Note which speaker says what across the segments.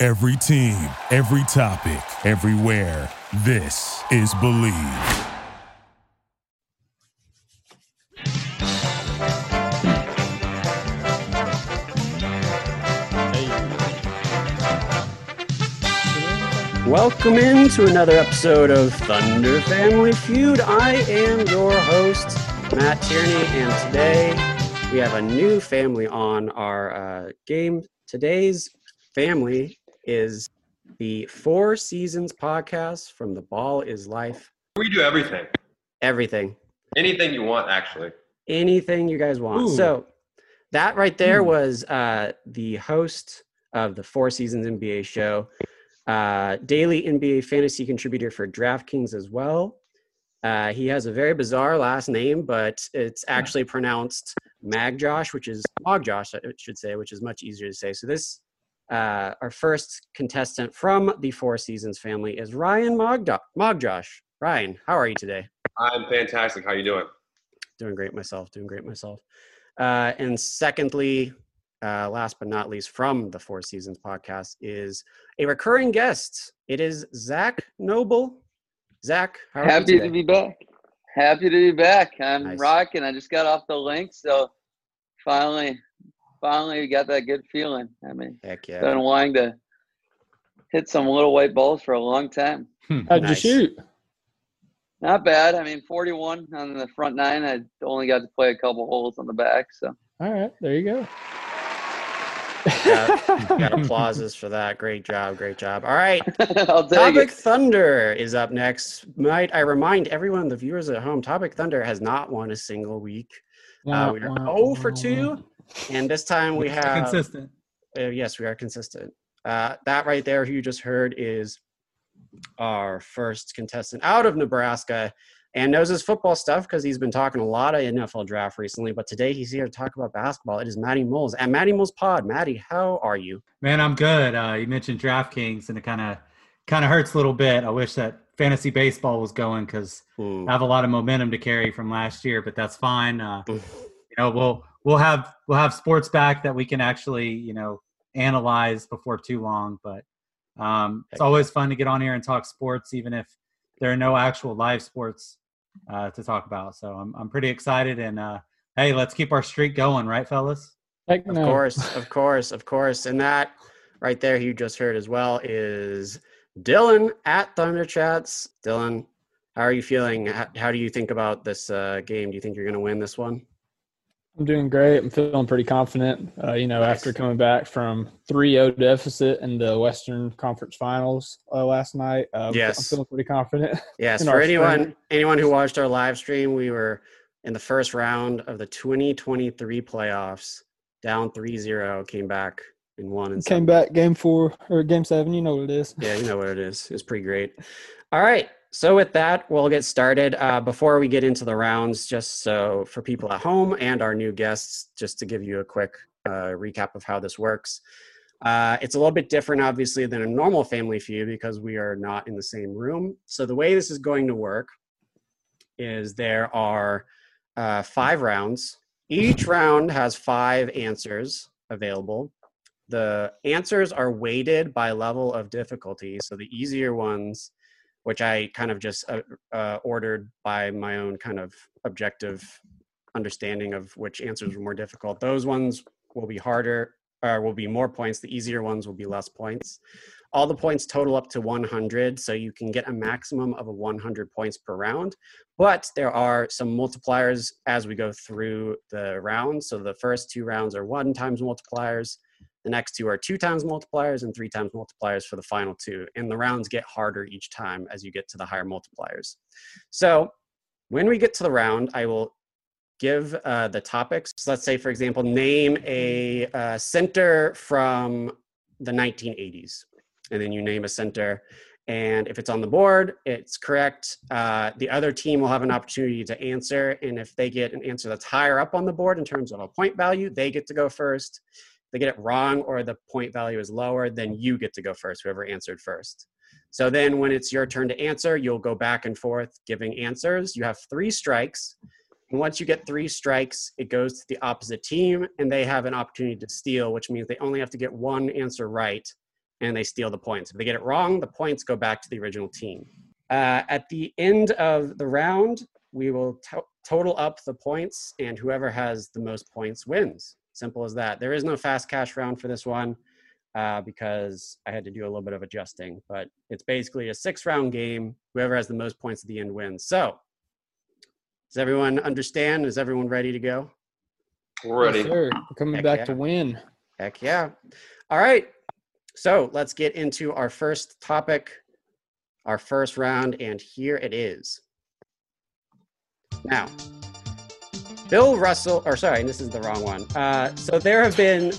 Speaker 1: Every team, every topic, everywhere. This is Believe.
Speaker 2: Welcome in to another episode of Thunder Family Feud. I am your host, Matt Tierney, and today we have a new family on our uh, game. Today's family is the Four Seasons podcast from The Ball is Life.
Speaker 3: We do everything.
Speaker 2: Everything,
Speaker 3: Anything you want, actually.
Speaker 2: anything you guys want.
Speaker 4: Ooh.
Speaker 2: So that right there was uh, the host of the Four Seasons NBA show, uh, daily NBA fantasy contributor for DraftKings as well. Uh, he has a very bizarre last name, but it's actually pronounced Magjosh, which is Mogjosh, I should say, which is much easier to say. So this, uh, our first contestant from the Four Seasons family is Ryan Mogdo- Mogjosh. Ryan, how are you today?
Speaker 3: I'm fantastic. How you doing?
Speaker 2: doing great myself, doing great myself. Uh, and secondly, uh, last but not least, from the Four Seasons podcast is a recurring guest. It is Zach Noble. Zach, how are
Speaker 5: Happy
Speaker 2: you
Speaker 5: to
Speaker 2: today?
Speaker 5: be back. Happy to be back. I'm
Speaker 2: Nice.
Speaker 5: rocking. I just got off the link, so finally, finally, we got that good feeling. I mean,
Speaker 2: Heck yeah!
Speaker 5: been wanting to hit some little white balls for a long time.
Speaker 4: How'd
Speaker 2: Nice.
Speaker 4: you shoot?
Speaker 5: Not bad. I mean, 41 on the front nine. I only got to play a couple holes on the back, so
Speaker 4: All right, there you go.
Speaker 2: Got applauses for that. Great job, great job. All right,
Speaker 5: I'll take
Speaker 2: Topic
Speaker 5: it.
Speaker 2: Thunder is up next. Might I remind everyone, the viewers at home, Topic Thunder has not won a single week, Uh, we are 0 for 2. and this time we have
Speaker 6: consistent.
Speaker 2: Uh, yes, we are consistent. Uh, that right there, who you just heard, is our first contestant out of Nebraska and knows his football stuff because he's been talking a lot of NFL draft recently. But today he's here to talk about basketball. It is Maddie Moles at Maddie Moles Pod. Maddie, how are you?
Speaker 6: Man, I'm good. Uh, you mentioned DraftKings, and it kind of kind of hurts a little bit. I wish that fantasy baseball was going because I have a lot of momentum to carry from last year, but that's fine. Uh, you know, we'll we'll have we'll have sports back that we can actually you know analyze before too long. But um, it's always fun to get on here and talk sports, even if there are no actual live sports uh, to talk about. So I'm I'm pretty excited, and uh, hey, let's keep our streak going, right, fellas?
Speaker 4: Heck
Speaker 2: Of
Speaker 4: no.
Speaker 2: course, of course, of course. And that right there, who you just heard as well, is Dylan at Thunder Chats. Dylan, how are you feeling? How, how do you think about this uh, game? Do you think you're going to win this one?
Speaker 4: I'm doing great. I'm feeling pretty confident. Uh, you know,
Speaker 2: Nice.
Speaker 4: after coming back from 3-0 deficit in the Western Conference Finals uh, last night, uh, I'm
Speaker 2: Yes.
Speaker 4: feeling pretty confident.
Speaker 2: Yes,
Speaker 4: in
Speaker 2: for
Speaker 4: our
Speaker 2: anyone
Speaker 4: stream.
Speaker 2: anyone who watched our live stream, we were in the first round of the 2023 playoffs, down 3-0, came back and won in
Speaker 4: Came
Speaker 2: seven.
Speaker 4: back game four or game seven. You know what it is.
Speaker 2: Yeah, you know what it is. It's pretty great. All right. So with that, we'll get started. Uh, before we get into the rounds, just so for people at home and our new guests, just to give you a quick uh, recap of how this works. Uh, it's a little bit different, obviously, than a normal family feud because we are not in the same room. So the way this is going to work is there are uh, five rounds. Each round has five answers available the answers are weighted by level of difficulty. So the easier ones, which I kind of just uh, uh, ordered by my own kind of objective understanding of which answers were more difficult, those ones will be harder or will be more points. The easier ones will be less points. All the points total up to 100, so you can get a maximum of a 100 points per round. But there are some multipliers as we go through the rounds. So the first two rounds are one times multipliers. The next two are two times multipliers and three times multipliers for the final two. And the rounds get harder each time as you get to the higher multipliers. So when we get to the round, I will give uh, the topics. So let's say, for example, name a uh, center from the 1980s. and then you name a center. And if it's on the board, it's correct. Uh, the other team will have an opportunity to answer. And if they get an answer that's higher up on the board in terms of a point value, they get to go first. If they get it wrong or the point value is lower, then you get to go first, whoever answered first. So then when it's your turn to answer, you'll go back and forth giving answers. You have three strikes. And once you get three strikes, it goes to the opposite team and they have an opportunity to steal, which means they only have to get one answer right and they steal the points. If they get it wrong, the points go back to the original team. Uh, at the end of the round, we will to- total up the points, and whoever has the most points wins. Simple as that. There is no fast cash round for this one uh, because I had to do a little bit of adjusting, but it's basically a six round game. Whoever has the most points at the end wins. So, does everyone understand? Is everyone ready to go?
Speaker 3: We're ready.
Speaker 4: Yes, sir. We're coming
Speaker 2: Heck
Speaker 4: back
Speaker 2: yeah.
Speaker 4: to win.
Speaker 2: Heck yeah. All right. So let's get into our first topic, our first round, and here it is. Now, Bill Russell, or sorry, this is the wrong one. Uh, so there have been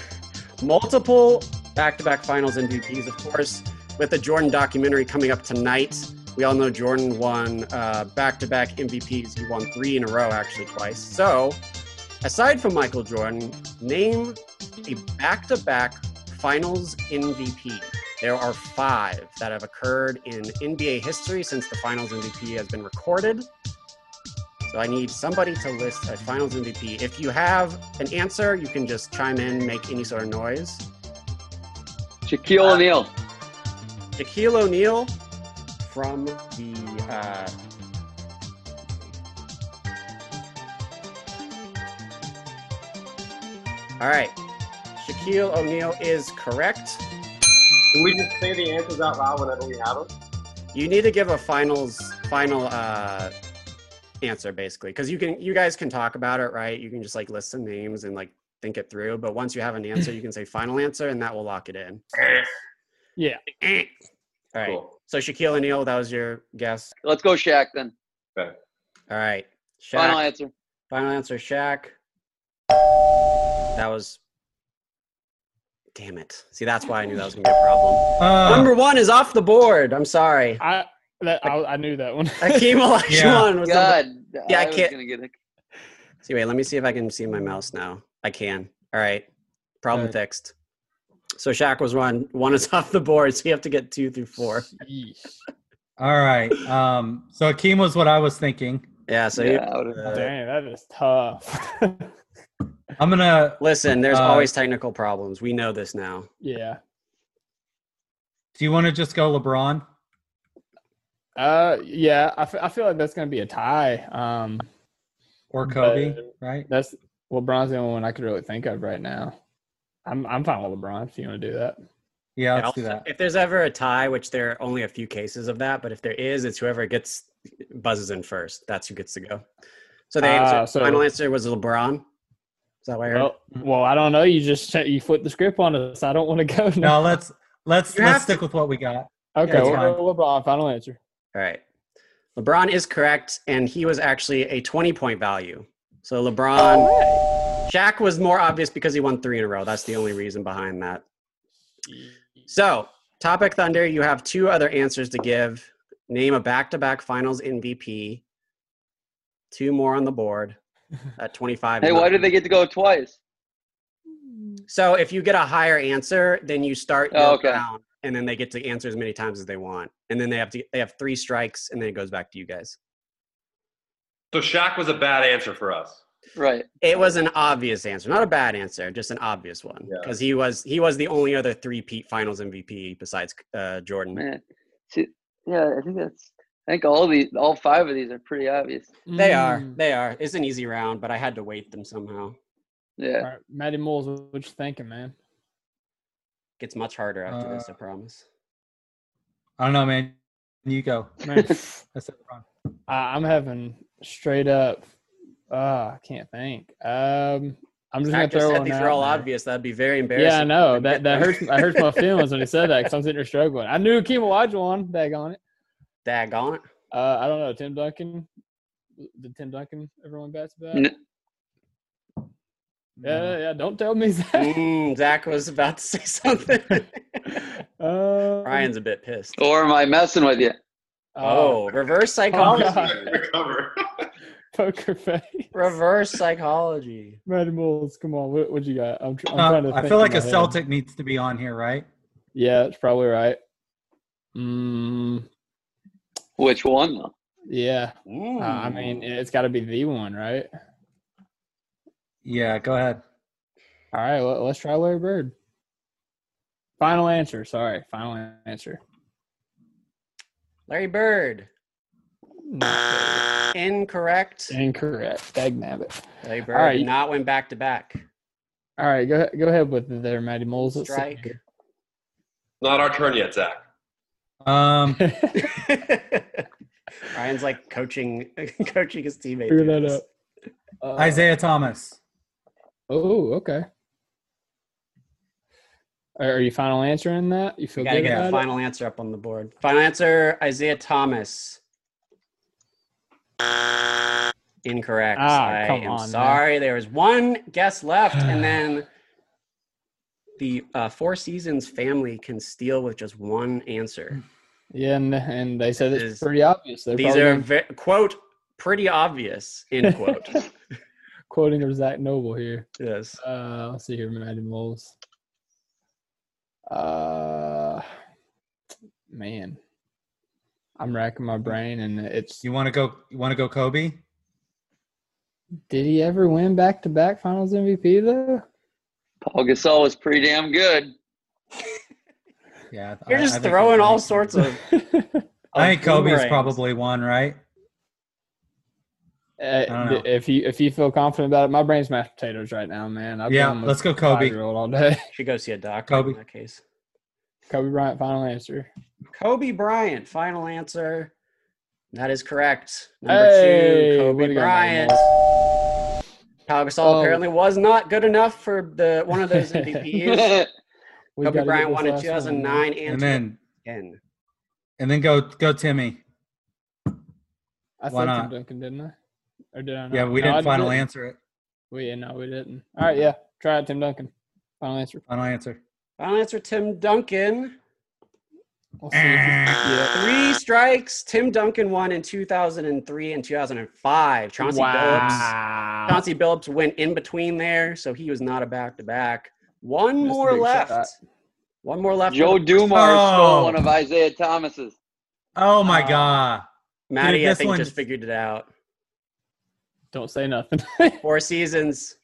Speaker 2: multiple back to back finals MVPs, of course, with the Jordan documentary coming up tonight. We all know Jordan won uh, back to back MVPs. He won three in a row, actually, twice. So, aside from Michael Jordan, name a back-to-back finals MVP. There are five that have occurred in NBA history since the finals MVP has been recorded. So I need somebody to list a finals MVP. If you have an answer, you can just chime in, make any sort of noise. Uh,
Speaker 5: Shaquille O'Neal.
Speaker 2: Shaquille O'Neal from the uh, All right. Shaquille O'Neal is correct.
Speaker 3: Can we just say the answers out loud whenever we have them?
Speaker 2: You need to give a finals final uh answer basically cuz you can you guys can talk about it, right? You can just like list some names and like think it through, but once you have an answer, you can say final answer and that will lock it in.
Speaker 4: Yeah.
Speaker 2: Eh. All right.
Speaker 3: Cool.
Speaker 2: So Shaquille O'Neal, that was your guess.
Speaker 5: Let's go Shaq then.
Speaker 2: All right. Shaq,
Speaker 5: Final
Speaker 2: final, answer,
Speaker 5: answer.
Speaker 2: Shaq. That was. Damn it. See, that's why I knew that was going to be a problem. Number one is off the board. I'm sorry.
Speaker 4: I that I, I knew that one.
Speaker 2: Akeem Olajuwon was number.
Speaker 5: God,
Speaker 2: Yeah, I
Speaker 5: was
Speaker 2: can't-
Speaker 5: gonna get it.
Speaker 2: See, wait, let me see if I can see my mouse now. I can. All right. Problem fixed. So Shaq was one. One is off the board, so you have to get two through four.
Speaker 4: Yeesh.
Speaker 6: All right. Um, so Akeem was what I was thinking.
Speaker 2: Yeah, so you uh,
Speaker 5: yeah, I would've-
Speaker 4: Dang, that is tough.
Speaker 6: I'm gonna.
Speaker 2: listen, there's
Speaker 6: Uh,
Speaker 2: always technical problems. We know this now.
Speaker 4: yeah.
Speaker 6: Do you want to just go LeBron?
Speaker 4: Uh, yeah. I, f- I feel like that's gonna be a tie. Um,
Speaker 6: or
Speaker 4: But-
Speaker 6: Kobe, right?
Speaker 4: that's LeBron's the only one I could really think of right now. I'm I'm fine with LeBron if you want to do that.
Speaker 6: Yeah,
Speaker 2: Yeah,
Speaker 6: let's do
Speaker 2: I'll-
Speaker 6: that.
Speaker 2: If there's ever a tie, which there are only a few cases of that, but if there is, it's whoever gets buzzes in first. That's who gets to go. So the
Speaker 4: Ah,
Speaker 2: answer,
Speaker 4: so-
Speaker 2: final answer was LeBron. Is that why I heard?
Speaker 4: Well, well, I don't know. You just said- you flipped the script on us. I don't want to go now.
Speaker 6: No, let's let's
Speaker 2: You have
Speaker 6: let's stick with what we got.
Speaker 4: okay,
Speaker 6: that's
Speaker 4: we'll
Speaker 6: fine.
Speaker 4: go LeBron. Final answer.
Speaker 2: All right. LeBron is correct, and he was actually a 20 point value. So LeBron, Shaq was more obvious because he won three in a row. That's the only reason behind that. So, Topic Thunder, you have two other answers to give. Name a back to back finals MVP. Two more on the board at 25.
Speaker 5: Hey, why did they get to go twice?
Speaker 2: So, if you get a higher answer, then you start your
Speaker 5: Oh, okay.
Speaker 2: round, and then they get to answer as many times as they want. And then they have to, they have three strikes, and then it goes back to you guys.
Speaker 3: So Shaq was a bad answer for us.
Speaker 5: Right.
Speaker 2: It was an obvious answer, not a bad answer, just an obvious one
Speaker 3: Yeah.
Speaker 2: because he was he was the only other three Pete Finals MVP besides uh, Jordan.
Speaker 5: Man. See, yeah, I think that's. I think all these, all five of these are pretty obvious.
Speaker 2: They are, they are. It's an easy round, but I had to weight them somehow.
Speaker 4: All
Speaker 5: Yeah.
Speaker 4: right, Matty Moles, what you thinking, man?
Speaker 2: Gets much harder after this, I
Speaker 6: Uh,
Speaker 2: promise.
Speaker 6: I don't know, man. You go.
Speaker 4: Man,
Speaker 6: That's LeBron.
Speaker 4: I, I'm having straight up. Uh, I can't think. Um, I'm just gonna
Speaker 2: Zach just
Speaker 4: throw
Speaker 2: said
Speaker 4: one
Speaker 2: these
Speaker 4: out.
Speaker 2: are all
Speaker 4: man.
Speaker 2: obvious. That'd be very embarrassing.
Speaker 4: Yeah, I know
Speaker 2: if
Speaker 4: that
Speaker 2: you
Speaker 4: that
Speaker 2: get
Speaker 4: hurts.
Speaker 2: them.
Speaker 4: That hurts my feelings when he said that because I'm sitting here struggling. I knew Akeem Olajuwon. Daggone it.
Speaker 2: Daggone it.
Speaker 4: Uh, I don't know Tim Duncan. Did Tim Duncan everyone bats about?
Speaker 5: N-
Speaker 4: Yeah, yeah. Don't tell me that.
Speaker 2: Mm, Zach was about to say something.
Speaker 4: uh, Uh,
Speaker 2: Ryan's a bit pissed.
Speaker 5: Or am I messing with you?
Speaker 2: Oh, reverse
Speaker 4: Oh,
Speaker 2: psychology.
Speaker 4: God.
Speaker 3: Recover.
Speaker 4: poker face.
Speaker 2: Reverse psychology.
Speaker 4: Red Bulls, come on. What, what you got? I'm, tr- I'm
Speaker 6: Uh,
Speaker 4: trying to.
Speaker 6: I
Speaker 4: think
Speaker 6: feel
Speaker 4: in
Speaker 6: like
Speaker 4: my
Speaker 6: a
Speaker 4: head.
Speaker 6: Celtic needs to be on here, right?
Speaker 4: Yeah, that's probably right. Mm,
Speaker 5: Which one though?
Speaker 4: yeah.
Speaker 2: Hmm.
Speaker 4: Uh, I mean,
Speaker 2: Mm.
Speaker 4: it's got to be the one, right?
Speaker 6: Yeah, go ahead.
Speaker 4: All right, let, let's try Larry Bird. Final answer. Sorry, final answer.
Speaker 2: Larry Bird.
Speaker 4: Uh,
Speaker 2: Incorrect.
Speaker 4: Incorrect. Dag nabbit.
Speaker 2: Larry Bird
Speaker 4: right.
Speaker 2: did not went back to back.
Speaker 4: All right, go ahead- go ahead with it there, Matty Moles. Let's see
Speaker 2: Strike.
Speaker 7: Not our turn yet, Zach.
Speaker 6: Um,
Speaker 4: here.
Speaker 2: Ryan's like coaching coaching his teammates.
Speaker 4: Figure that out. Uh,
Speaker 6: Isaiah Thomas.
Speaker 4: Oh, okay. Are, are you final answering that? You feel
Speaker 2: Gotta
Speaker 4: good
Speaker 2: get
Speaker 4: about
Speaker 2: the
Speaker 4: it?
Speaker 2: final answer up on the board. Final answer, Isaiah Thomas. Incorrect.
Speaker 4: Ah,
Speaker 2: I
Speaker 4: come
Speaker 2: am
Speaker 4: on, man.
Speaker 2: sorry. There was one guess left, and then the uh, Four Seasons family can steal with just one answer.
Speaker 4: Yeah, and, and they said it's
Speaker 2: Is-
Speaker 4: pretty obvious. They're
Speaker 2: These
Speaker 4: probably
Speaker 2: are
Speaker 4: gonna-
Speaker 2: ve- quote pretty obvious end quote.
Speaker 4: quoting their Zach Noble here.
Speaker 2: yes.
Speaker 4: Uh, let's see here, Matty Moles. Uh, man, I'm racking my brain, and it's
Speaker 6: You want to go? You want to go, Kobe?
Speaker 4: did he ever win back to back Finals MVP though?
Speaker 5: Paul Gasol was pretty damn good.
Speaker 6: Yeah, I-
Speaker 2: You're
Speaker 6: I
Speaker 2: just
Speaker 6: think
Speaker 2: throwing
Speaker 6: Kobe-
Speaker 2: all sorts of.
Speaker 6: I think
Speaker 2: of
Speaker 6: Kobe's
Speaker 2: boomerangs.
Speaker 6: probably one, right?
Speaker 4: Uh,
Speaker 6: don't
Speaker 4: d-
Speaker 6: know.
Speaker 4: if you if you feel confident about it, my brain's mashed potatoes right now, man. I've
Speaker 6: yeah,
Speaker 4: been with
Speaker 6: let's go, Kobe.
Speaker 4: five-year-old all day.
Speaker 2: Should go see a doctor
Speaker 6: Kobe.
Speaker 2: in that case.
Speaker 4: Kobe Bryant, final answer.
Speaker 2: Kobe Bryant, final answer. That is correct. Number
Speaker 4: Hey,
Speaker 2: two,
Speaker 4: way to
Speaker 2: Kobe
Speaker 4: go,
Speaker 2: Bryant. Pau Gasol
Speaker 4: Oh.
Speaker 2: apparently was not good enough for the one of those MVPs.
Speaker 4: We
Speaker 2: Kobe
Speaker 4: gotta get
Speaker 2: Bryant
Speaker 4: this
Speaker 2: won in
Speaker 4: last one, man.
Speaker 2: 2009 and
Speaker 6: And then,
Speaker 2: 2010.
Speaker 6: and then go, go, Timmy.
Speaker 4: I
Speaker 6: Why
Speaker 4: said Tim
Speaker 6: not?
Speaker 4: Duncan, didn't I? Or did I? Not?
Speaker 6: Yeah, we
Speaker 4: No, I
Speaker 6: didn't final
Speaker 4: didn't.
Speaker 6: answer it.
Speaker 4: We no, we didn't. All right, yeah, try it, Tim Duncan. Final answer.
Speaker 6: Final answer.
Speaker 2: Final answer, Tim Duncan.
Speaker 4: We'll see if you- yeah.
Speaker 2: Three strikes. Tim Duncan won in 2003 and 2005. Chauncey Billups.
Speaker 4: wow.
Speaker 2: Chauncey Billups went in between there, so he was not a back to back. One
Speaker 4: Missed a
Speaker 2: more
Speaker 4: big shot.
Speaker 2: left. One more left. for
Speaker 5: Joe
Speaker 2: the-
Speaker 5: Dumars
Speaker 6: Oh.
Speaker 5: stole one of Isaiah Thomas's.
Speaker 6: Oh my
Speaker 2: Ah.
Speaker 4: Uh,
Speaker 6: God!
Speaker 2: Maddie, I
Speaker 6: this
Speaker 2: think,
Speaker 6: one's-
Speaker 2: just figured it out.
Speaker 4: Don't say nothing.
Speaker 2: Four seasons.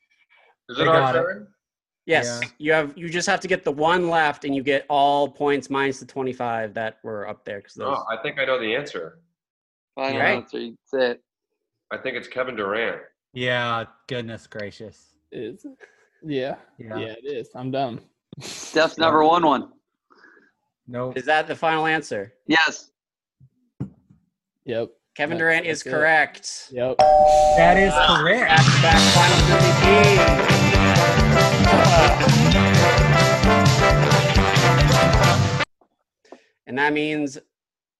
Speaker 3: Is
Speaker 6: They
Speaker 3: it our
Speaker 6: got it.
Speaker 3: turn?
Speaker 2: Yes,
Speaker 6: Yeah.
Speaker 2: you have. You just have to get the one left, and you get all points minus the twenty-five that were up there. Because
Speaker 4: Oh.
Speaker 7: No, I think I know the answer.
Speaker 5: Final
Speaker 2: Right.
Speaker 5: answer. That's it.
Speaker 7: I think it's Kevin Durant.
Speaker 6: Yeah, goodness gracious.
Speaker 4: It's- yeah, yeah,
Speaker 6: Yeah.
Speaker 4: it is. I'm dumb.
Speaker 5: Steph's never won one.
Speaker 6: No.
Speaker 2: is that the final answer?
Speaker 5: Yes.
Speaker 4: Yep,
Speaker 2: Kevin
Speaker 4: That's-
Speaker 2: Durant is
Speaker 4: that's it.
Speaker 2: correct.
Speaker 4: yep.
Speaker 6: That is
Speaker 2: Ah.
Speaker 6: correct.
Speaker 2: Back final MVP. And that means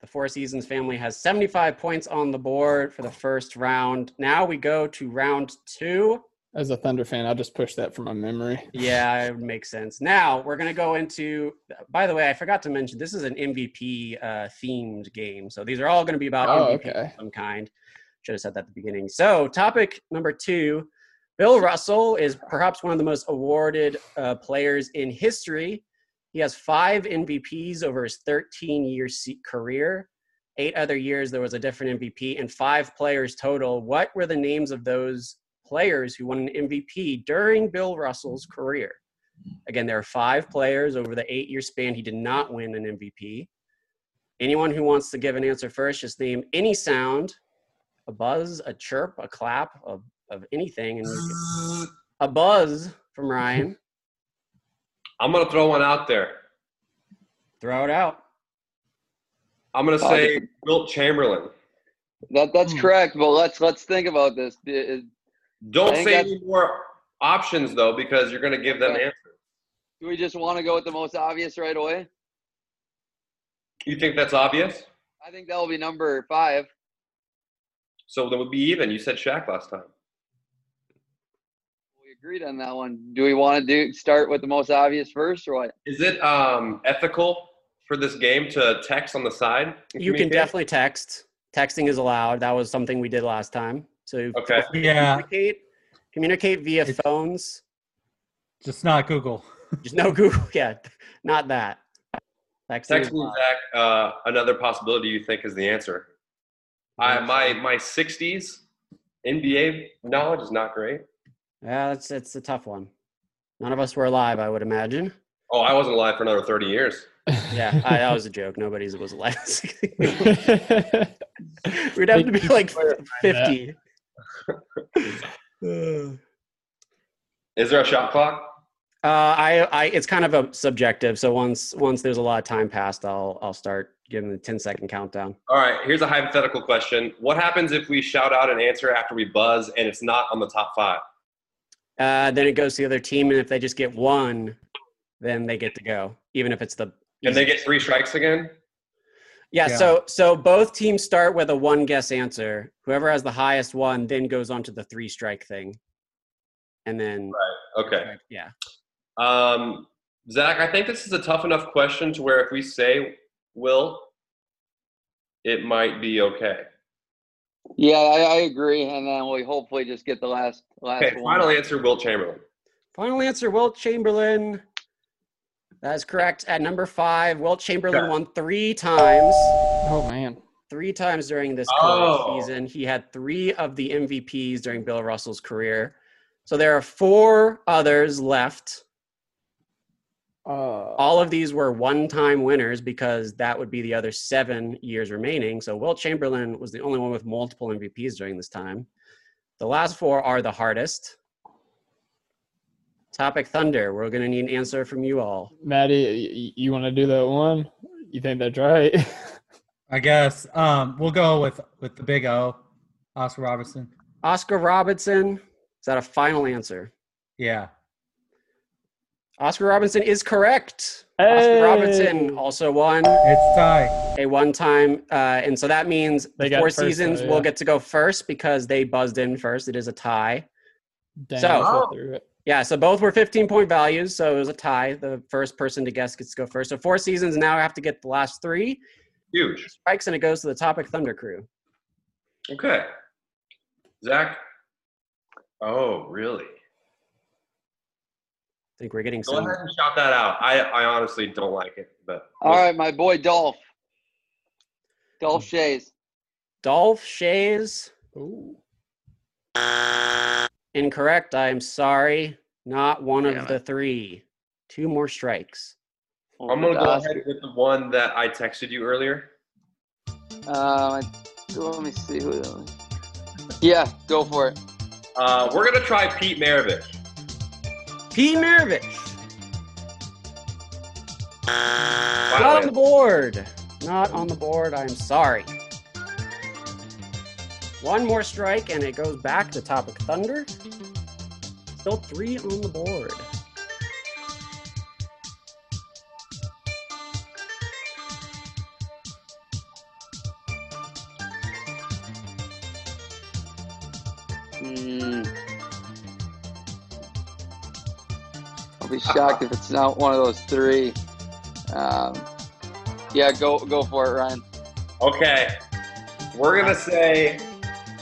Speaker 2: the Four Seasons family has 75 points on the board for the first round. Now we go to round two.
Speaker 4: As a Thunder fan, I'll just push that from my memory.
Speaker 2: Yeah, it makes sense. Now we're going to go into. By the way, I forgot to mention this is an MVP uh, themed game, so these are all going to be about
Speaker 4: Oh,
Speaker 2: MVP
Speaker 4: okay.
Speaker 2: of some kind. Should have said that at the beginning. So, topic number two: Bill Russell is perhaps one of the most awarded uh, players in history. He has five MVPs over his 13-year se- career. Eight other years there was a different MVP, and five players total. What were the names of those players who won an MVP during Bill Russell's career. Again, there are five players over the eight year span. He did not win an MVP. Anyone who wants to give an answer first, just name any sound a buzz, a chirp, a clap of, of anything. And we can- a buzz from Ryan.
Speaker 7: I'm gonna throw one out there.
Speaker 2: Throw it out.
Speaker 7: I'm gonna
Speaker 5: Oh,
Speaker 7: say Wilt Chamberlain.
Speaker 5: That that's correct. But let's let's think about this. D- is- I
Speaker 7: Don't
Speaker 5: think
Speaker 7: say
Speaker 5: that's-
Speaker 7: any more options though, because you're gonna give them
Speaker 5: Okay.
Speaker 7: answers.
Speaker 5: Do we just want to go with the most obvious right away?
Speaker 7: You think that's obvious?
Speaker 5: I think that will be number five.
Speaker 7: So that would be even. You said Shaq last time.
Speaker 5: We agreed on that one. Do we want to do start with the most obvious first or what?
Speaker 7: Is it um, ethical for this game to text on the side? and
Speaker 2: You can
Speaker 7: communicate?
Speaker 2: definitely text. Texting is allowed. That was something we did last time. So feel
Speaker 7: Okay.
Speaker 2: free to
Speaker 6: Yeah.
Speaker 2: communicate, communicate via phones.
Speaker 6: Just not Google.
Speaker 2: There's no Google yet. Not that. Texting is
Speaker 7: Text me,
Speaker 2: allowed.
Speaker 7: Zach. Uh, another possibility you think is the answer. I my my '60s NBA knowledge is not great.
Speaker 2: Yeah, that's it's a tough one. None of us were alive, I would imagine.
Speaker 7: Oh, I wasn't alive for another 30 years.
Speaker 2: Yeah, I, that was a joke. Nobody's was alive. We'd have to be like fifty.
Speaker 7: Is there a shot clock?
Speaker 2: Uh, I, I, it's kind of a subjective. So once, once there's a lot of time passed, I'll, I'll start giving the 10 second countdown.
Speaker 7: All right. Here's a hypothetical question. What happens if we shout out an answer after we buzz and it's not on the top five?
Speaker 2: Uh, then it goes to the other team, and if they just get one, then they get to go, even if it's the.
Speaker 7: Can they get three strikes again?
Speaker 2: Yeah,
Speaker 6: Yeah.
Speaker 2: So, so both teams start with a one guess answer. Whoever has the highest one then goes on to the three strike thing, and then
Speaker 7: Okay.
Speaker 2: yeah,
Speaker 7: Um, Zach, I think this is a tough enough question to where if we say will, it might be okay.
Speaker 5: Yeah, I, I agree. And then we hopefully just get the last last
Speaker 7: Okay,
Speaker 5: one.
Speaker 7: final answer, Will Chamberlain.
Speaker 2: Final answer, Wilt Chamberlain. That is correct. At number five, Wilt Chamberlain won three times.
Speaker 4: Oh man.
Speaker 2: Three times during this
Speaker 7: Oh.
Speaker 2: current season. He had three of the MVPs during Bill Russell's career. So there are four others left.
Speaker 4: Uh,
Speaker 2: All of these were one time winners because that would be the other seven years remaining. So Wilt Chamberlain was the only one with multiple MVPs during this time. The last four are the hardest. Topic Thunder. We're going to need an answer from you all.
Speaker 4: Maddie, you, you want to do that one? You think that's right?
Speaker 6: I guess um, we'll go with with the big O, Oscar Robertson.
Speaker 2: Oscar Robertson. Is that a final answer?
Speaker 6: Yeah,
Speaker 2: Oscar Robertson is correct.
Speaker 4: Hey!
Speaker 2: Oscar Robertson also won
Speaker 6: it's tied.
Speaker 2: a one time. Uh, and so that means
Speaker 4: They
Speaker 2: the
Speaker 4: got
Speaker 2: four
Speaker 4: first, though,
Speaker 2: seasons will
Speaker 4: yeah.
Speaker 2: get to go first because they buzzed in first. It is a tie.
Speaker 4: Dang,
Speaker 2: So-
Speaker 4: I fell through it.
Speaker 2: Yeah, so both were 15 point values. So it was a tie. The first person to guess gets to go first. So four seasons now have to get the last three
Speaker 7: Huge.
Speaker 2: strikes and it goes to the Topic Thunder crew.
Speaker 7: Okay. Zach. Oh, really?
Speaker 2: I think we're getting
Speaker 7: Go
Speaker 2: some.
Speaker 7: ahead and shout that out. I, I honestly don't like it, but
Speaker 5: All right, my boy Dolph. Dolph Shays.
Speaker 2: Dolph Shays.
Speaker 4: Ooh.
Speaker 2: Incorrect. I am sorry. Not one
Speaker 5: Damn
Speaker 2: of
Speaker 5: it.
Speaker 2: the three. Two more strikes.
Speaker 7: I'm gonna go ahead with the one that I texted you earlier.
Speaker 5: Um, I- let me see who. that was. Yeah, go for it.
Speaker 7: Uh, we're gonna try Pete Maravich.
Speaker 2: P. Maravich. Not on the
Speaker 7: Finally.
Speaker 2: board. Not on the board. I'm sorry. One more strike, and it goes back to Topic Thunder. Still three on the board.
Speaker 5: Hmm. I'll be shocked if it's not one of those three. Um, yeah, go go for it, Ryan.
Speaker 7: Okay. We're gonna say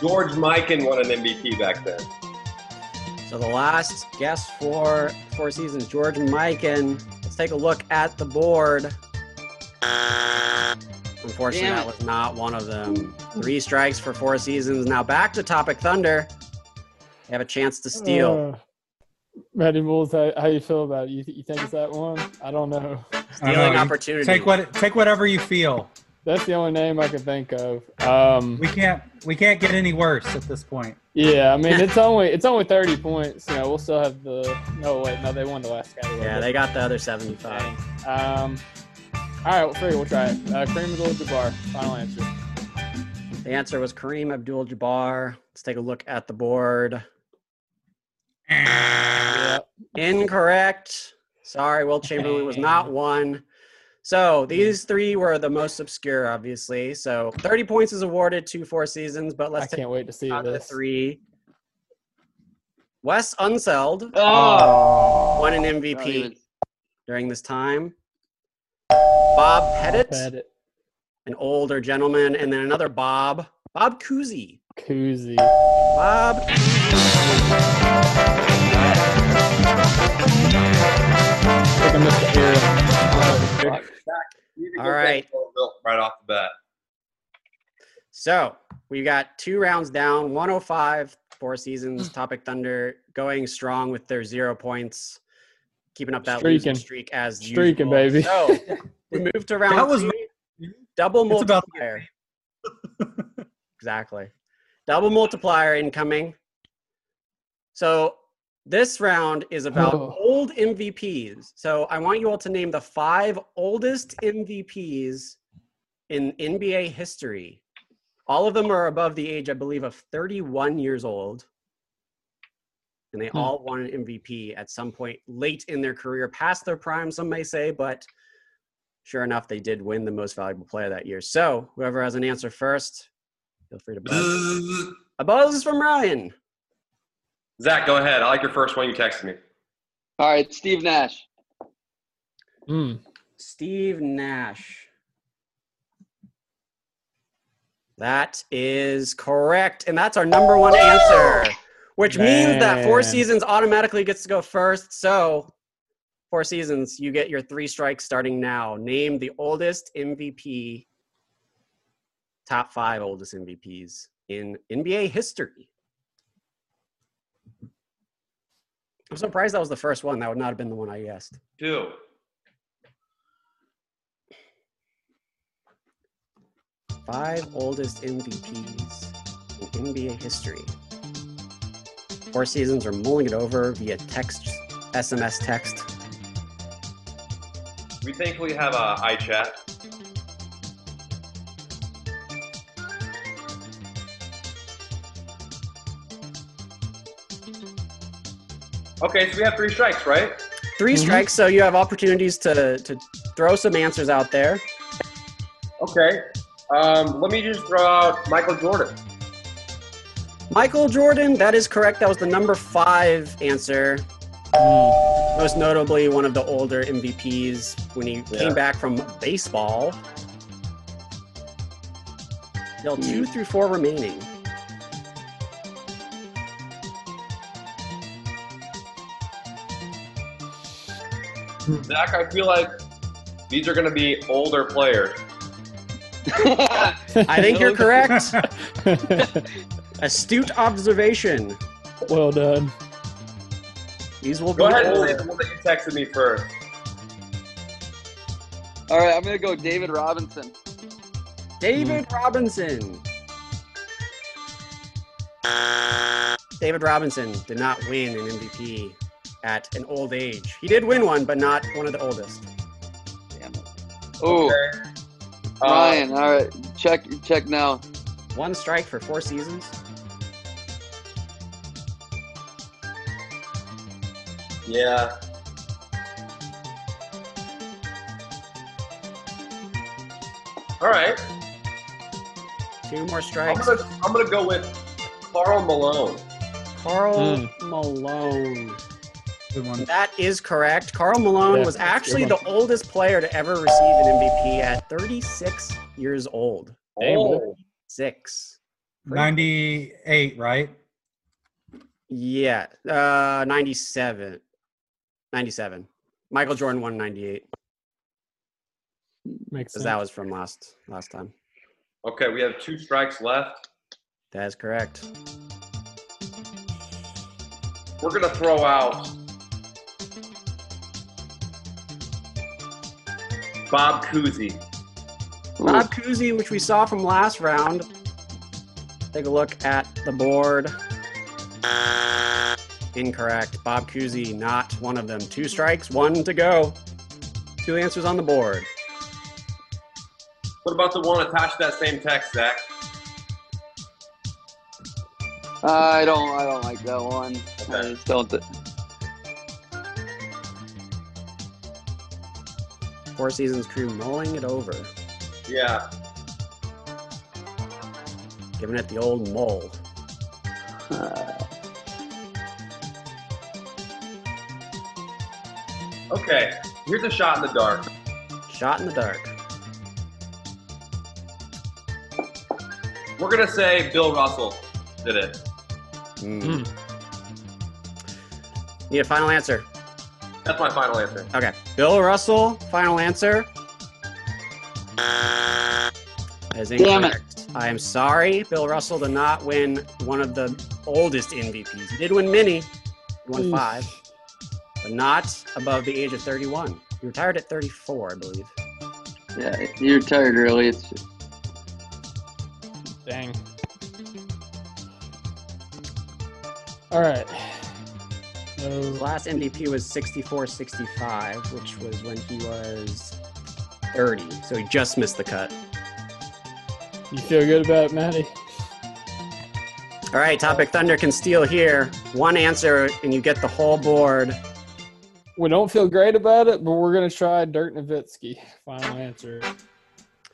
Speaker 7: George Mikan won an MVP back then.
Speaker 2: So the last guess for four seasons, George Mikan. Let's take a look at the board. Unfortunately,
Speaker 5: Damn
Speaker 2: that
Speaker 5: it.
Speaker 2: was not one of them. Three strikes for four seasons. Now back to Topic Thunder. They have a chance to
Speaker 6: Oh.
Speaker 2: steal.
Speaker 4: Uh, Maddie Moles, how, how you feel about it? You, th- you think it's that one? I don't know.
Speaker 6: I don't
Speaker 2: Stealing
Speaker 6: know.
Speaker 2: opportunity.
Speaker 6: Uh-huh. Take what take whatever you feel.
Speaker 4: That's the only name I can think of. Um,
Speaker 6: We can't we can't get any worse at this point.
Speaker 4: yeah, I mean it's only it's only thirty points. You know, we'll still have the. No wait, no, they won the last category.
Speaker 2: Yeah, they got the other 75.
Speaker 4: Um, all right, well, free. We'll try it. Uh, Kareem Abdul-Jabbar. Final
Speaker 2: Uh,
Speaker 4: answer.
Speaker 2: The answer was Kareem Abdul Jabbar. Let's take a look at the board.
Speaker 4: Yeah.
Speaker 2: Incorrect. Sorry, Will Chamberlain was not one. So
Speaker 4: Hmm.
Speaker 2: these three were the most obscure, obviously. So 30 points is awarded to four seasons, but
Speaker 4: I
Speaker 2: let's take
Speaker 4: can't wait to see
Speaker 2: out the
Speaker 4: this.
Speaker 2: three. Wes Unseld
Speaker 5: Oh,
Speaker 2: won an
Speaker 5: not
Speaker 2: MVP
Speaker 5: even-
Speaker 2: during this time. Bob Pettit,
Speaker 4: Pettit,
Speaker 2: an older gentleman, and then another Bob, Bob Cousy.
Speaker 4: Kuzi.
Speaker 2: Bob.
Speaker 4: I think I missed a hero.
Speaker 5: Fuck.
Speaker 3: You need to
Speaker 2: All
Speaker 3: get that
Speaker 2: right.
Speaker 3: full
Speaker 7: Built right off the bat.
Speaker 2: So we got two rounds down, 105, Four Seasons,
Speaker 4: Hmm.
Speaker 2: Topic Thunder, going strong with their zero points, keeping up that losing
Speaker 4: Streaking.
Speaker 2: streak as
Speaker 4: Streaking,
Speaker 2: usual.
Speaker 4: baby.
Speaker 2: So we move to round
Speaker 6: That was-
Speaker 2: three, double
Speaker 6: It's about to get
Speaker 2: multiplier. exactly, double multiplier incoming. So this round is about
Speaker 4: Oh.
Speaker 2: old MVPs. So I want you all to name the five oldest MVPs in NBA history. All of them are above the age, I believe, of 31 years old. And they
Speaker 4: Hmm.
Speaker 2: all won an MVP at some point late in their career, past their prime, some may say, but sure enough, they did win the most valuable player that year. So whoever has an answer first, feel free to buzz.
Speaker 7: Bzzz.
Speaker 2: A buzz from Ryan.
Speaker 7: Zach, go ahead. I like your first one. You texted me.
Speaker 5: All right, Steve Nash.
Speaker 4: Mm.
Speaker 2: Steve Nash. That is correct. And that's our number one answer, which means that Four
Speaker 4: Man.
Speaker 2: Seasons automatically gets to go first. So, Four Seasons, you get your three strikes starting now. Name the oldest MVP, top five oldest MVPs in NBA history. I'm surprised that was the first one. That would not have been the one I guessed.
Speaker 7: Two.
Speaker 2: Five oldest MVPs in NBA history. Four seasons are mulling it over via text, SMS text.
Speaker 7: We thankfully have a iChat. Okay, so we have three strikes, right?
Speaker 2: 3
Speaker 4: Mhm.
Speaker 2: strikes, so you have opportunities to, to throw some answers out there.
Speaker 7: Okay.
Speaker 3: Um, let me just throw out Michael Jordan.
Speaker 2: Michael Jordan, that is correct. That was the number five answer.
Speaker 4: Mm.
Speaker 2: Most notably, one of the older MVPs when he came back from baseball. Still two through four remaining.
Speaker 7: Zach, I feel like these are going to be older players.
Speaker 2: I think you're correct. Astute observation.
Speaker 4: well done.
Speaker 2: These will be
Speaker 7: Go ahead and say
Speaker 2: older.
Speaker 7: the one that you texted me first.
Speaker 5: All right, I'm gonna go David Robinson.
Speaker 2: David Robinson. David Robinson did not win an MVP at an old age. He did win one, but not one of the oldest.
Speaker 5: Damn it. Oh,
Speaker 7: Uh,
Speaker 5: Ryan. All right, check check now.
Speaker 2: One strike for four seasons.
Speaker 7: Yeah. All right.
Speaker 2: Two more
Speaker 7: I'm
Speaker 2: strikes.
Speaker 7: gonna, I'm gonna go with Carl Malone.
Speaker 2: Carl
Speaker 4: Mm.
Speaker 2: Malone.
Speaker 6: Good one.
Speaker 2: That is correct. Carl Malone
Speaker 4: Yeah,
Speaker 2: was
Speaker 4: that's a good
Speaker 2: actually
Speaker 4: one.
Speaker 2: the oldest player to ever receive an MVP at 36 years old.
Speaker 4: Damn, boy.
Speaker 7: Oh,
Speaker 2: Six.
Speaker 6: 98, right?
Speaker 2: Yeah, uh, 97. 97. Michael Jordan won 98
Speaker 4: Makes
Speaker 2: because
Speaker 4: sense.
Speaker 2: that was from last last time.
Speaker 7: Okay, we have two strikes left.
Speaker 2: That is correct.
Speaker 7: We're gonna throw out Bob Cousy.
Speaker 5: Ooh,
Speaker 2: Bob Cousy, which we saw from last round. Take a look at the board. Incorrect. Bob Cousy, not one of them. Two strikes, one to go. Two answers on the board.
Speaker 7: What about the one attached to that same text, Zach?
Speaker 5: I don't I don't like that one. I
Speaker 7: Okay.
Speaker 5: just don't. Th-
Speaker 2: Four Seasons crew mulling it over,
Speaker 7: Yeah.
Speaker 2: giving it the old mull.
Speaker 5: uh,
Speaker 7: Okay. Here's a shot in the dark.
Speaker 2: Shot in the dark.
Speaker 7: We're gonna say Bill Russell did it.
Speaker 8: Mm.
Speaker 2: Hmm. Need a final answer.
Speaker 7: That's my final answer.
Speaker 2: Okay. Bill Russell, final answer. That is
Speaker 5: Damn it.
Speaker 2: incorrect. I am sorry. Bill Russell did not win one of the oldest MVPs. He did win many. He won
Speaker 4: Oof.
Speaker 2: five. But not above the age of 31. He retired at 34, I believe.
Speaker 5: Yeah, you retired early. It's
Speaker 4: Dang. All right.
Speaker 2: His
Speaker 4: So,
Speaker 2: last MVP was 64 65, which was when he was 30. So he just missed the cut.
Speaker 4: you feel good about it, Matty?
Speaker 2: All right, Topic Thunder can steal here. One answer, and you get the whole board.
Speaker 4: We don't feel great about it, but we're gonna try Dirk Nowitzki. Final answer.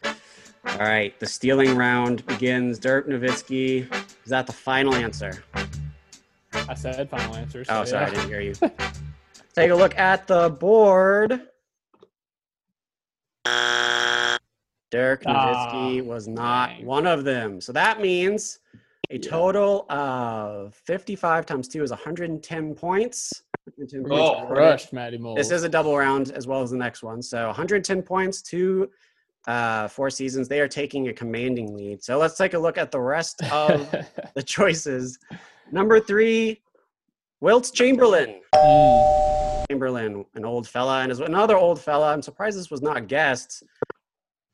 Speaker 2: All right, the stealing round begins. Dirk Nowitzki, is that the final answer?
Speaker 4: I said final answer. so
Speaker 2: Oh, sorry, I
Speaker 4: yeah.
Speaker 2: didn't hear you. Take a look at the board. Dirk Nowitzki
Speaker 4: Ah,
Speaker 2: was not
Speaker 4: dang.
Speaker 2: one of them. So that means a total of 55 times 2 is 110 points. 110 points
Speaker 7: Oh,
Speaker 2: awarded.
Speaker 4: Crushed Matty Moles.
Speaker 2: This is a double round as well as the next one. So 110 points to uh, four seasons. They are taking a commanding lead. So let's take a um, look at the rest of the choices. Number three, Wilt Chamberlain.
Speaker 4: Mm.
Speaker 2: Chamberlain, an old fella, and is another old fella. I'm surprised this was not guessed.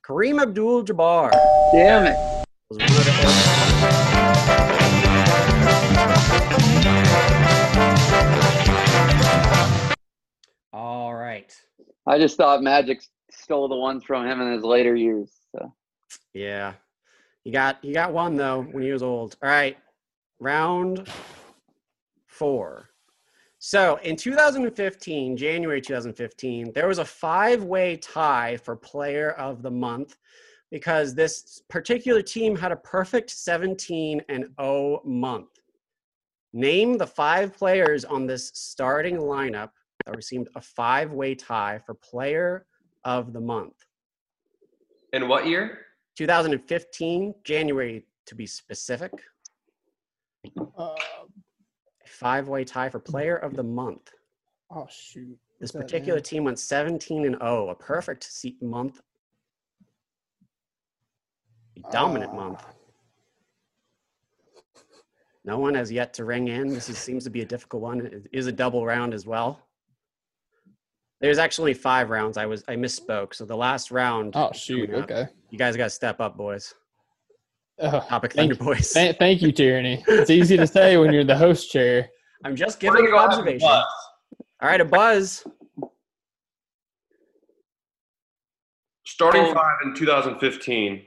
Speaker 2: Kareem Abdul-Jabbar
Speaker 5: damn it.
Speaker 2: was one of the old- All right.
Speaker 5: I just thought Magic stole the ones from him in his later years. So.
Speaker 2: Yeah. He got he got one though when he was old. All right. Round four. So in 2015, January 2015, there was a five-way tie for player of the month because this particular team had a perfect 17 and 0 month. Name the five players on this starting lineup that received a five-way tie for player of the month.
Speaker 7: In what year?
Speaker 2: 2015, January to be specific,
Speaker 4: Uh,
Speaker 2: a five way tie for player of the month.
Speaker 4: oh shoot.
Speaker 2: This
Speaker 4: What's that
Speaker 2: particular
Speaker 4: name?
Speaker 2: team went 17 and 0, a perfect se- month, a dominant
Speaker 4: Ah.
Speaker 2: month. No one has yet to ring in. This is, seems to be a difficult one. It is a double round as well. There's actually five rounds. I was I misspoke. So the last round,
Speaker 4: Oh shoot.
Speaker 2: Coming up.
Speaker 4: Okay.
Speaker 2: you guys got to step up, boys.
Speaker 4: Oh,
Speaker 2: Topic
Speaker 4: thank,
Speaker 2: Thunder boys.
Speaker 4: thank, thank you, Tyranny. It's easy to say when you're the host chair.
Speaker 2: I'm just
Speaker 7: We're
Speaker 2: giving
Speaker 7: gonna
Speaker 2: an
Speaker 7: go after
Speaker 2: observation.
Speaker 7: Buzz.
Speaker 2: All right, a buzz.
Speaker 7: Starting
Speaker 5: Oh.
Speaker 7: five in 2015.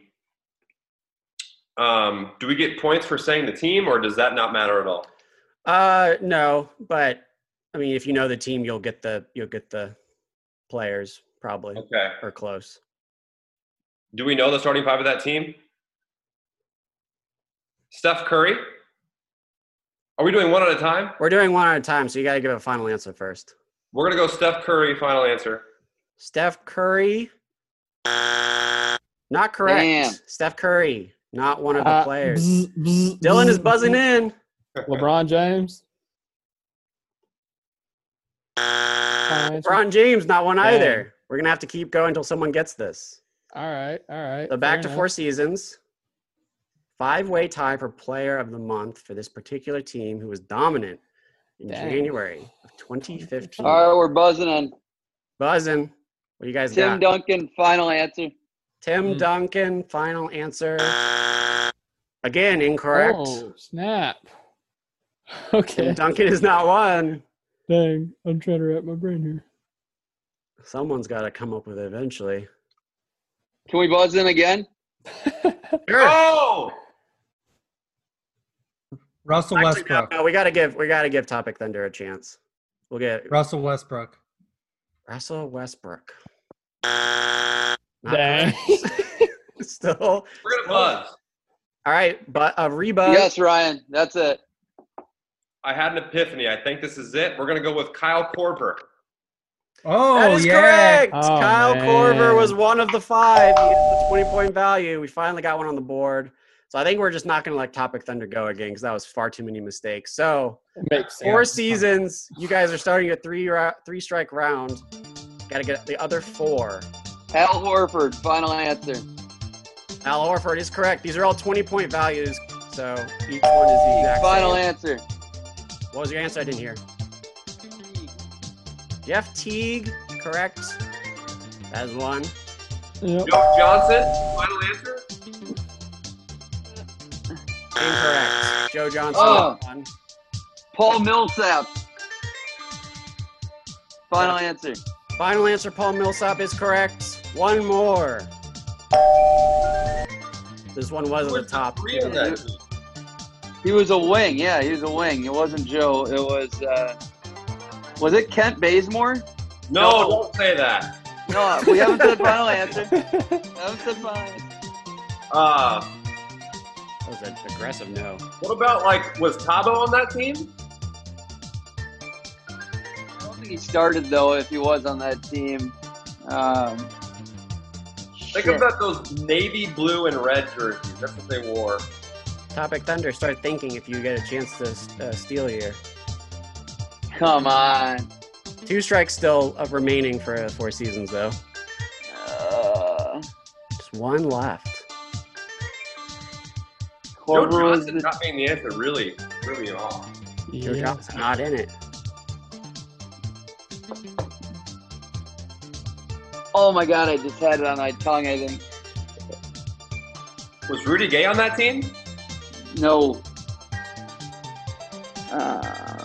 Speaker 7: Um, do we get points for saying the team, or does that not matter at all?
Speaker 2: Uh, no, but I mean, if you know the team, you'll get the you'll get the players probably
Speaker 7: Okay.
Speaker 2: or close.
Speaker 7: Do we know the starting five of that team? Steph Curry. Are we doing one at a time?
Speaker 2: We're doing one at a time, so you got to give a final answer first.
Speaker 7: We're gonna go Steph Curry. Final answer.
Speaker 2: Steph Curry, not correct.
Speaker 5: Damn.
Speaker 2: Steph Curry, not one of the
Speaker 4: Uh,
Speaker 2: players.
Speaker 4: bzz, bzz,
Speaker 2: Dylan is
Speaker 4: bzz.
Speaker 2: buzzing in.
Speaker 4: LeBron James. Final answer?
Speaker 2: LeBron James, not one
Speaker 4: Dang.
Speaker 2: either. We're gonna have to keep going until someone gets this.
Speaker 4: All right, all right.
Speaker 2: So back
Speaker 4: fair
Speaker 2: to
Speaker 4: enough.
Speaker 2: four seasons. Five way tie for player of the month for this particular team who was dominant in
Speaker 4: Dang.
Speaker 2: January of 2015.
Speaker 5: All right, we're buzzing in.
Speaker 2: Buzzing. What do you guys
Speaker 5: Tim
Speaker 2: got?
Speaker 5: Duncan, final answer.
Speaker 2: Tim
Speaker 4: Mm.
Speaker 2: Duncan, final answer. Again, incorrect.
Speaker 4: Oh snap!
Speaker 2: Tim
Speaker 4: Okay,
Speaker 2: Duncan is not one.
Speaker 4: dang, I'm trying to wrap my brain here.
Speaker 2: Someone's got to come up with it eventually.
Speaker 5: Can we buzz in again?
Speaker 7: Oh!
Speaker 6: Russell
Speaker 2: Actually, no,
Speaker 6: Westbrook.
Speaker 2: no, we got to give we got to give Topic Thunder a chance. We'll get
Speaker 6: Russell Westbrook.
Speaker 2: Russell Westbrook. Not
Speaker 4: Dang.
Speaker 2: correct. Still
Speaker 7: We're gonna buzz.
Speaker 2: All right, but uh, a rebuzz.
Speaker 5: yes, Ryan. That's it.
Speaker 7: I had an epiphany. I think this is it. We're gonna go with Kyle Korver.
Speaker 6: Oh,
Speaker 2: that is
Speaker 6: yeah.
Speaker 2: correct.
Speaker 4: Oh,
Speaker 2: Kyle Corver
Speaker 4: man.
Speaker 2: was one of the five. He had the 20 point value. We finally got one on the board. So I think we're just not going to let Topic Thunder go again because that was far too many mistakes. So
Speaker 4: It makes sense.
Speaker 2: four seasons. You guys are starting a three ra- three strike round. Got to get the other four.
Speaker 5: Al Horford, final answer.
Speaker 2: Al Horford is correct. These are all 20 point values. So each one is the exact
Speaker 5: Final
Speaker 2: same.
Speaker 5: answer.
Speaker 2: What was your answer? I didn't hear. Jeff Teague, correct. That is one.
Speaker 4: Yep.
Speaker 7: Joe Johnson, final answer.
Speaker 2: Incorrect. Joe Johnson.
Speaker 5: Oh.
Speaker 2: one.
Speaker 5: Paul Millsap. Final answer.
Speaker 2: Final answer, Paul Millsap is correct. One more. This one was at the top.
Speaker 7: Three of that.
Speaker 5: He was a wing. Yeah, he was a wing. It wasn't Joe. It was. Uh, was it Kent Bazemore?
Speaker 7: No, don't say that.
Speaker 5: No, uh, we haven't said final answer. We haven't said final answer.
Speaker 7: Uh,
Speaker 2: That was an aggressive no.
Speaker 7: what about like was Tabo on that team?
Speaker 5: I don't think he started though. If he was on that team. Um,
Speaker 7: Think
Speaker 5: shit.
Speaker 7: about those navy blue and red jerseys. That's what they wore.
Speaker 2: Topic Thunder, start thinking if you get a chance to uh, steal here.
Speaker 5: Come on.
Speaker 2: Two strikes still uh, remaining for uh, four seasons, though.
Speaker 5: Uh,
Speaker 2: Just one left.
Speaker 7: Joe
Speaker 5: Corver was
Speaker 7: Johnson
Speaker 5: the
Speaker 7: not being the answer really threw me off.
Speaker 2: Joe
Speaker 4: Yeah.
Speaker 2: Johnson not in it.
Speaker 5: Oh my god, I just had it on my tongue. I think
Speaker 7: Was Rudy Gay on that team?
Speaker 5: no. Uh,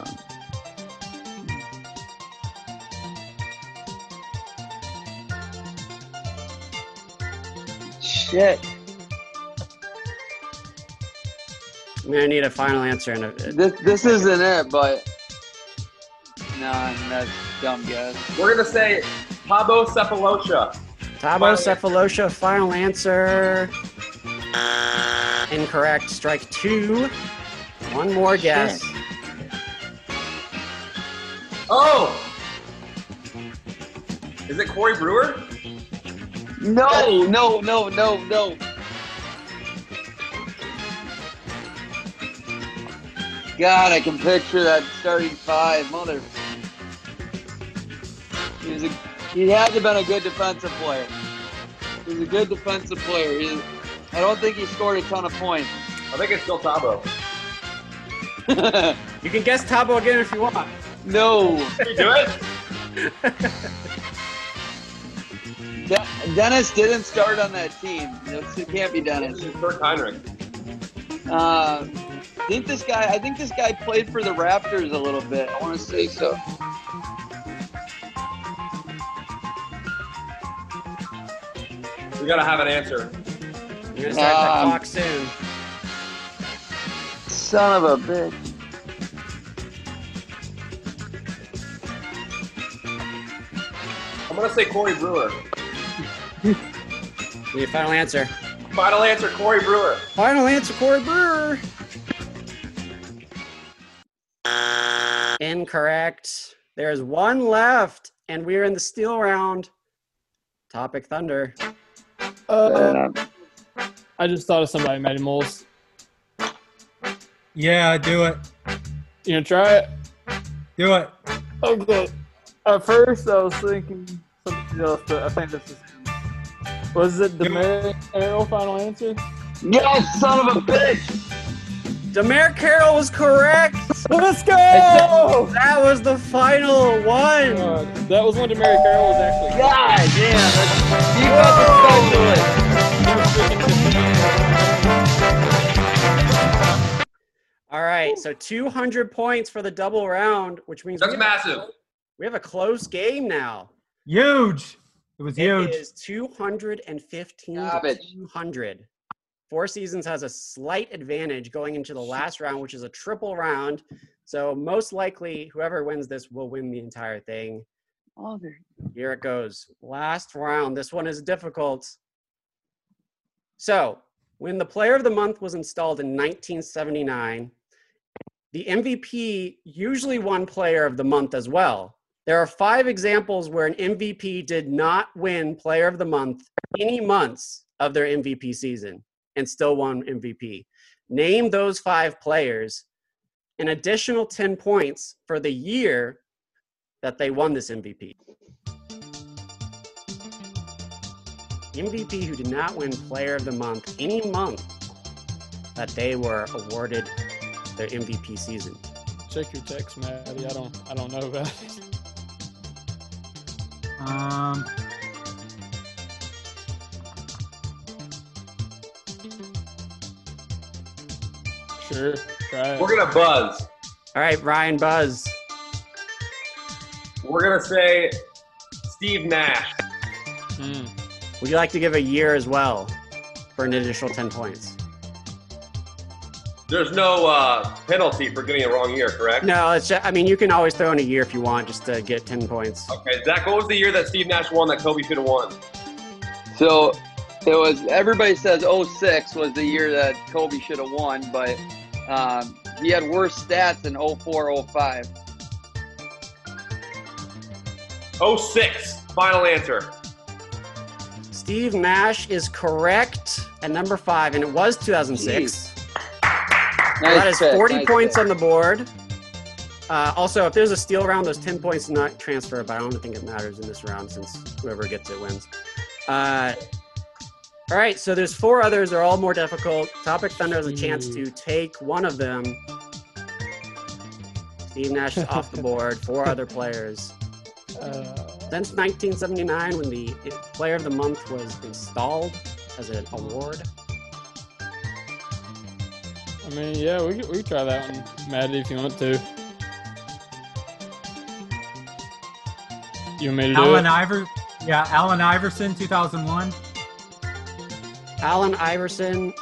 Speaker 5: shit,
Speaker 2: I'm gonna need a final answer and a,
Speaker 5: this this isn't it, but nah, that's dumb guess.
Speaker 7: We're gonna say Tabo Cephalosha.
Speaker 2: Tabo Cephalosha, final answer. Incorrect. Strike two. One more guess.
Speaker 7: Oh, is it Corey Brewer?
Speaker 5: No, no, no, no, no. God, I can picture that starting five, mother. He was a, he had to been a good defensive player. He was a good defensive player. He, I don't think he scored a ton of points.
Speaker 7: I think it's still Tabo.
Speaker 5: no,
Speaker 2: You can guess Tabo again if you want.
Speaker 7: Can we do it?
Speaker 5: De- Dennis didn't start on that team. It can't be Dennis.
Speaker 7: This is Kirk Heinrich.
Speaker 5: Uh, I think this guy. I think this guy played for the Raptors a little bit. I want to say so.
Speaker 7: We gotta have an answer.
Speaker 2: You're gonna start the
Speaker 5: Um,
Speaker 2: clock soon.
Speaker 5: Son of a bitch.
Speaker 7: I'm gonna say Corey Brewer.
Speaker 2: Need a final answer.
Speaker 7: Final answer, Corey Brewer.
Speaker 2: Final answer, Corey Brewer. Incorrect. There is one left, and we are in the steel round. Topic Thunder.
Speaker 4: Uh, I just thought of somebody, Matty Moles.
Speaker 6: Yeah, do it.
Speaker 4: You know, try it.
Speaker 6: Do it.
Speaker 4: Okay. At first, I was thinking something else, but I think this is. Was it the Mary Arrow final answer?
Speaker 5: Yes, son of a bitch.
Speaker 2: Demare Carroll was correct.
Speaker 4: Let's go!
Speaker 2: That was the final one.
Speaker 4: Uh, that was when Mary Carroll was actually.
Speaker 5: God damn. Defensive specialist.
Speaker 2: All right, so 200 points for the double round, which means
Speaker 7: That's
Speaker 2: we-
Speaker 7: massive.
Speaker 2: We have a close game now.
Speaker 6: Huge. It was huge.
Speaker 2: It is 215
Speaker 5: Stop
Speaker 2: to
Speaker 5: it.
Speaker 2: 200. Four Seasons has a slight advantage going into the last round, which is a triple round. So most likely, whoever wins this will win the entire thing. Here it goes. Last round. This one is difficult. So, when the Player of the Month was installed in 1979, the MVP usually won Player of the Month as well. There are five examples where an MVP did not win Player of the Month any months of their MVP season and still won MVP. Name those five players an additional 10 points for the year that they won this MVP. MVP who did not win Player of the Month any month that they were awarded their MVP season.
Speaker 4: Check your text, Maddie. I don't. I don't know about it.
Speaker 6: Um,
Speaker 4: Sure. Try it.
Speaker 7: We're gonna buzz.
Speaker 2: All right, Ryan Buzz.
Speaker 7: We're gonna say Steve Nash.
Speaker 4: Hmm.
Speaker 2: Would you like to give a year as well for an additional 10 points?
Speaker 7: There's no uh, penalty for getting it wrong year, correct?
Speaker 2: No, it's just, I mean, you can always throw in a year if you want just to get 10 points.
Speaker 7: Okay, Zach, what was the year that Steve Nash won that Kobe should have won?
Speaker 5: So it was everybody says 06 was the year that Kobe should have won, but um, he had worse stats oh in 04 05.
Speaker 7: 06, final answer.
Speaker 2: Steve Nash is correct at number five, and it was 2006.
Speaker 5: Nice
Speaker 2: that is
Speaker 5: pick,
Speaker 2: 40
Speaker 5: nice
Speaker 2: points
Speaker 5: pick.
Speaker 2: on the board. Uh, also, if there's a steal round, those 10 points do not transfer, but I don't think it matters in this round since whoever gets it wins. Uh, all right, so there's four others. They're all more difficult. Topic Thunder has a chance
Speaker 4: Hmm.
Speaker 2: to take one of them. Steve Nash is off the board. Four other players.
Speaker 4: Uh,
Speaker 2: Since 1979, when the Player of the Month was installed as an award,
Speaker 4: I mean, yeah, we could- we could try that one, Maddie, if you want to. You want me to do
Speaker 6: Allen
Speaker 4: it?
Speaker 6: Iver, yeah, Allen Iverson, 2001.
Speaker 2: Allen Iverson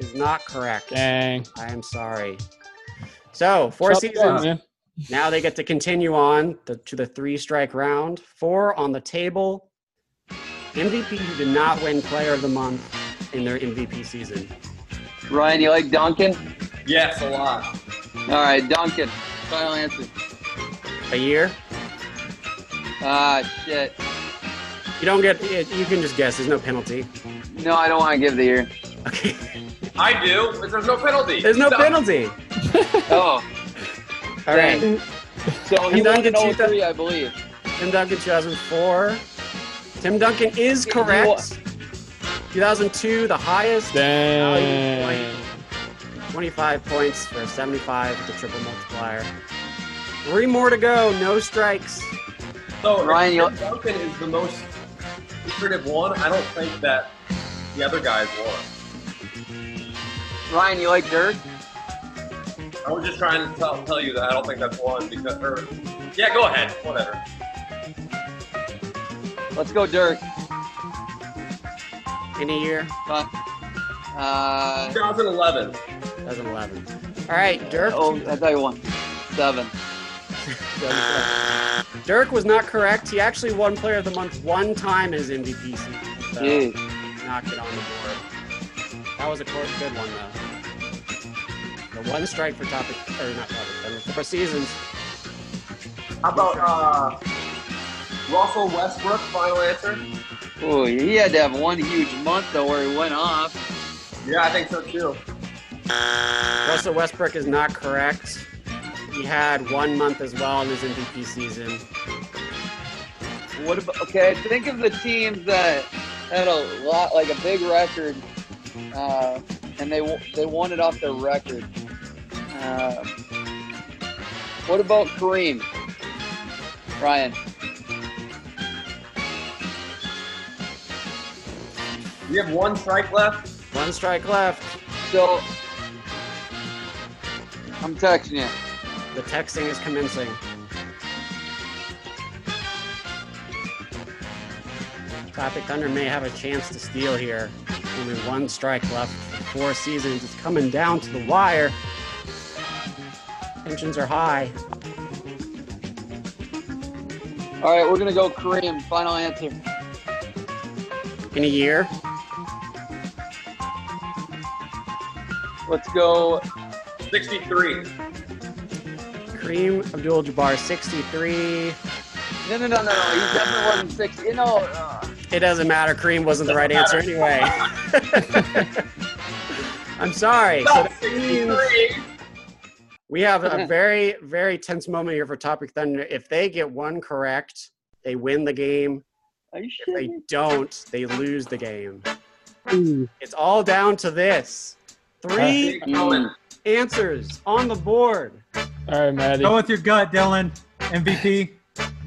Speaker 2: is not correct.
Speaker 4: Dang.
Speaker 2: I am sorry. So four
Speaker 4: Tough
Speaker 2: seasons.
Speaker 4: guy, man.
Speaker 2: Now they get to continue on the, to the three strike round. Four on the table. MVP who did not win Player of the Month in their MVP season.
Speaker 5: Ryan, you like Duncan?
Speaker 7: Yes, a lot.
Speaker 5: All right, Duncan. Final answer.
Speaker 2: A year.
Speaker 5: Ah, shit.
Speaker 2: You don't get. It, you can just guess. There's no penalty.
Speaker 5: No, I don't want to give the year.
Speaker 2: Okay.
Speaker 7: I do. but There's no penalty.
Speaker 2: There's no penalty.
Speaker 5: Oh,
Speaker 2: All right.
Speaker 5: so
Speaker 2: And
Speaker 5: he won
Speaker 2: Duncan
Speaker 5: in
Speaker 2: two thou-
Speaker 5: 03, I believe.
Speaker 2: Tim Duncan 2004. Tim Duncan is correct. 2002, the highest.
Speaker 4: Dang.
Speaker 2: 25 points for 75 with the triple multiplier. Three more to go. No strikes.
Speaker 7: So
Speaker 5: Ryan,
Speaker 7: Ryan
Speaker 5: you'll-
Speaker 7: Duncan is the most lucrative one. I don't think that the other guys won.
Speaker 5: Ryan, you like Dirk?
Speaker 7: I was just trying to tell, tell you that I don't think that's one because. Or, yeah, go ahead. Whatever.
Speaker 5: Let's go, Dirk.
Speaker 2: In a year,
Speaker 5: Uh,
Speaker 7: 2011.
Speaker 2: 2011. All right, Dirk.
Speaker 5: oh, I thought you won. Seven.
Speaker 2: Dirk was not correct. He actually won Player of the Month one time in his MVP season. So
Speaker 5: Jeez.
Speaker 2: knocked it on the board. That was a close, good one though. The one strike for topic, or not topic, Thunder, for seasons.
Speaker 3: How about uh, Russell Westbrook?
Speaker 7: Final answer?
Speaker 5: Oh, he had to have one huge month though where he went off.
Speaker 7: Yeah, I think so too.
Speaker 2: Russell Westbrook is not correct. He had one month as well in his MVP season.
Speaker 5: What about? Okay, think of the teams that had a lot, like a big record, uh, and they w- they won it off their record. Uh, what about Kareem? Ryan,
Speaker 7: We have one strike left.
Speaker 2: One strike left.
Speaker 5: so I'm texting you.
Speaker 2: The texting is commencing. Tropic Thunder may have a chance to steal here. Only one strike left. Four seasons. It's coming down to the wire. Tensions are high.
Speaker 5: All right, we're gonna go Kareem. Final answer.
Speaker 2: In a year,
Speaker 5: Let's go.
Speaker 7: 63.
Speaker 2: Kareem Abdul Jabbar 63.
Speaker 5: No, no, no, no, no. He definitely wasn't six. You know, uh,
Speaker 2: It doesn't matter. Kareem wasn't the right answer anyway. I'm sorry. So that means we have a very, very tense moment here for Topic Thunder. If they get one correct, they win the game.
Speaker 5: are you
Speaker 2: If they
Speaker 5: shitting?
Speaker 2: don't, they lose the game. It's all down to this. Three
Speaker 5: me?
Speaker 4: Uh,
Speaker 2: answers on the board.
Speaker 4: All right, Maddie.
Speaker 6: Go with your gut, Dylan. MVP,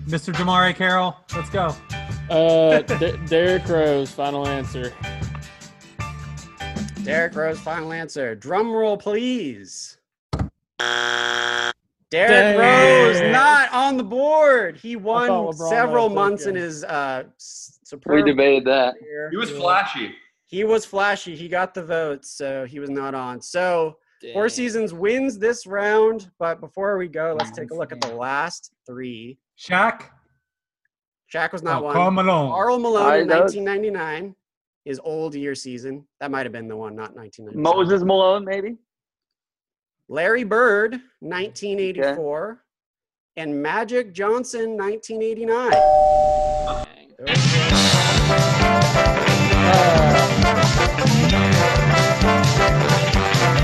Speaker 6: Mr. Jamari Carroll. Let's go.
Speaker 4: Uh, D- Derek Rose, final answer.
Speaker 2: Derek Rose, final answer. Drum roll, please. Derek
Speaker 4: Dang.
Speaker 2: Rose not on the board. He
Speaker 4: thought
Speaker 2: won
Speaker 4: LeBron
Speaker 2: several
Speaker 4: was
Speaker 2: months in
Speaker 4: okay.
Speaker 2: his uh, s-
Speaker 5: We
Speaker 2: superb
Speaker 5: debated that.
Speaker 2: career.
Speaker 7: He was flashy.
Speaker 2: He was flashy. He got the votes, so he was not on. So Four Seasons wins this round. But before we go, let's take a look at the last three.
Speaker 6: Shaq.
Speaker 2: Shaq was not
Speaker 6: Oh,
Speaker 2: one.
Speaker 6: Karl Malone.
Speaker 2: Carl Malone in
Speaker 5: I know.
Speaker 2: 1999, his old year season. That might have been the one, not 1999.
Speaker 5: Moses Malone, maybe.
Speaker 2: Larry Bird, 1984, and Magic Johnson, 1989. Uh,
Speaker 4: I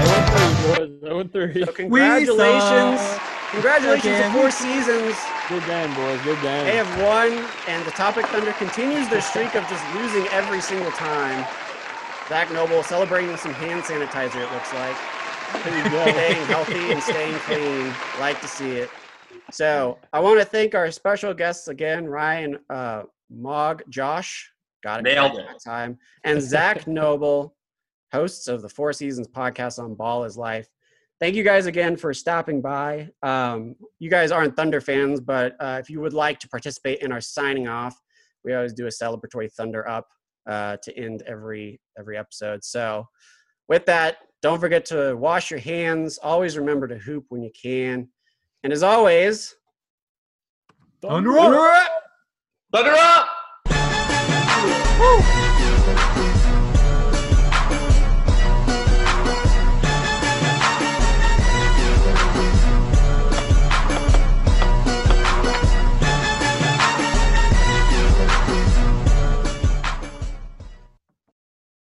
Speaker 4: went three, boys. I went three.
Speaker 2: So congratulations,
Speaker 6: suck.
Speaker 2: congratulations to
Speaker 6: Again.
Speaker 2: four seasons.
Speaker 4: Good game, boys. Good game.
Speaker 2: They have won, and the Topic Thunder continues their streak of just losing every single time. Zach Noble celebrating with some hand sanitizer. It looks like.
Speaker 4: There you go.
Speaker 2: staying healthy and staying clean. Like to see it. So I want to thank our special guests again, Ryan uh, Mog, Josh, got it
Speaker 7: Nailed
Speaker 2: correct
Speaker 7: it.
Speaker 2: that time, and Zach Noble, hosts of the Four Seasons podcast on Ball is Life. Thank you guys again for stopping by. Um, you guys aren't Thunder fans, but uh, if you would like to participate in our signing off, we always do a celebratory Thunder up uh, to end every every episode. So with that, don't forget to wash your hands. Always remember to hoop when you can. And as always,
Speaker 6: Thunder up.
Speaker 7: Thunder up!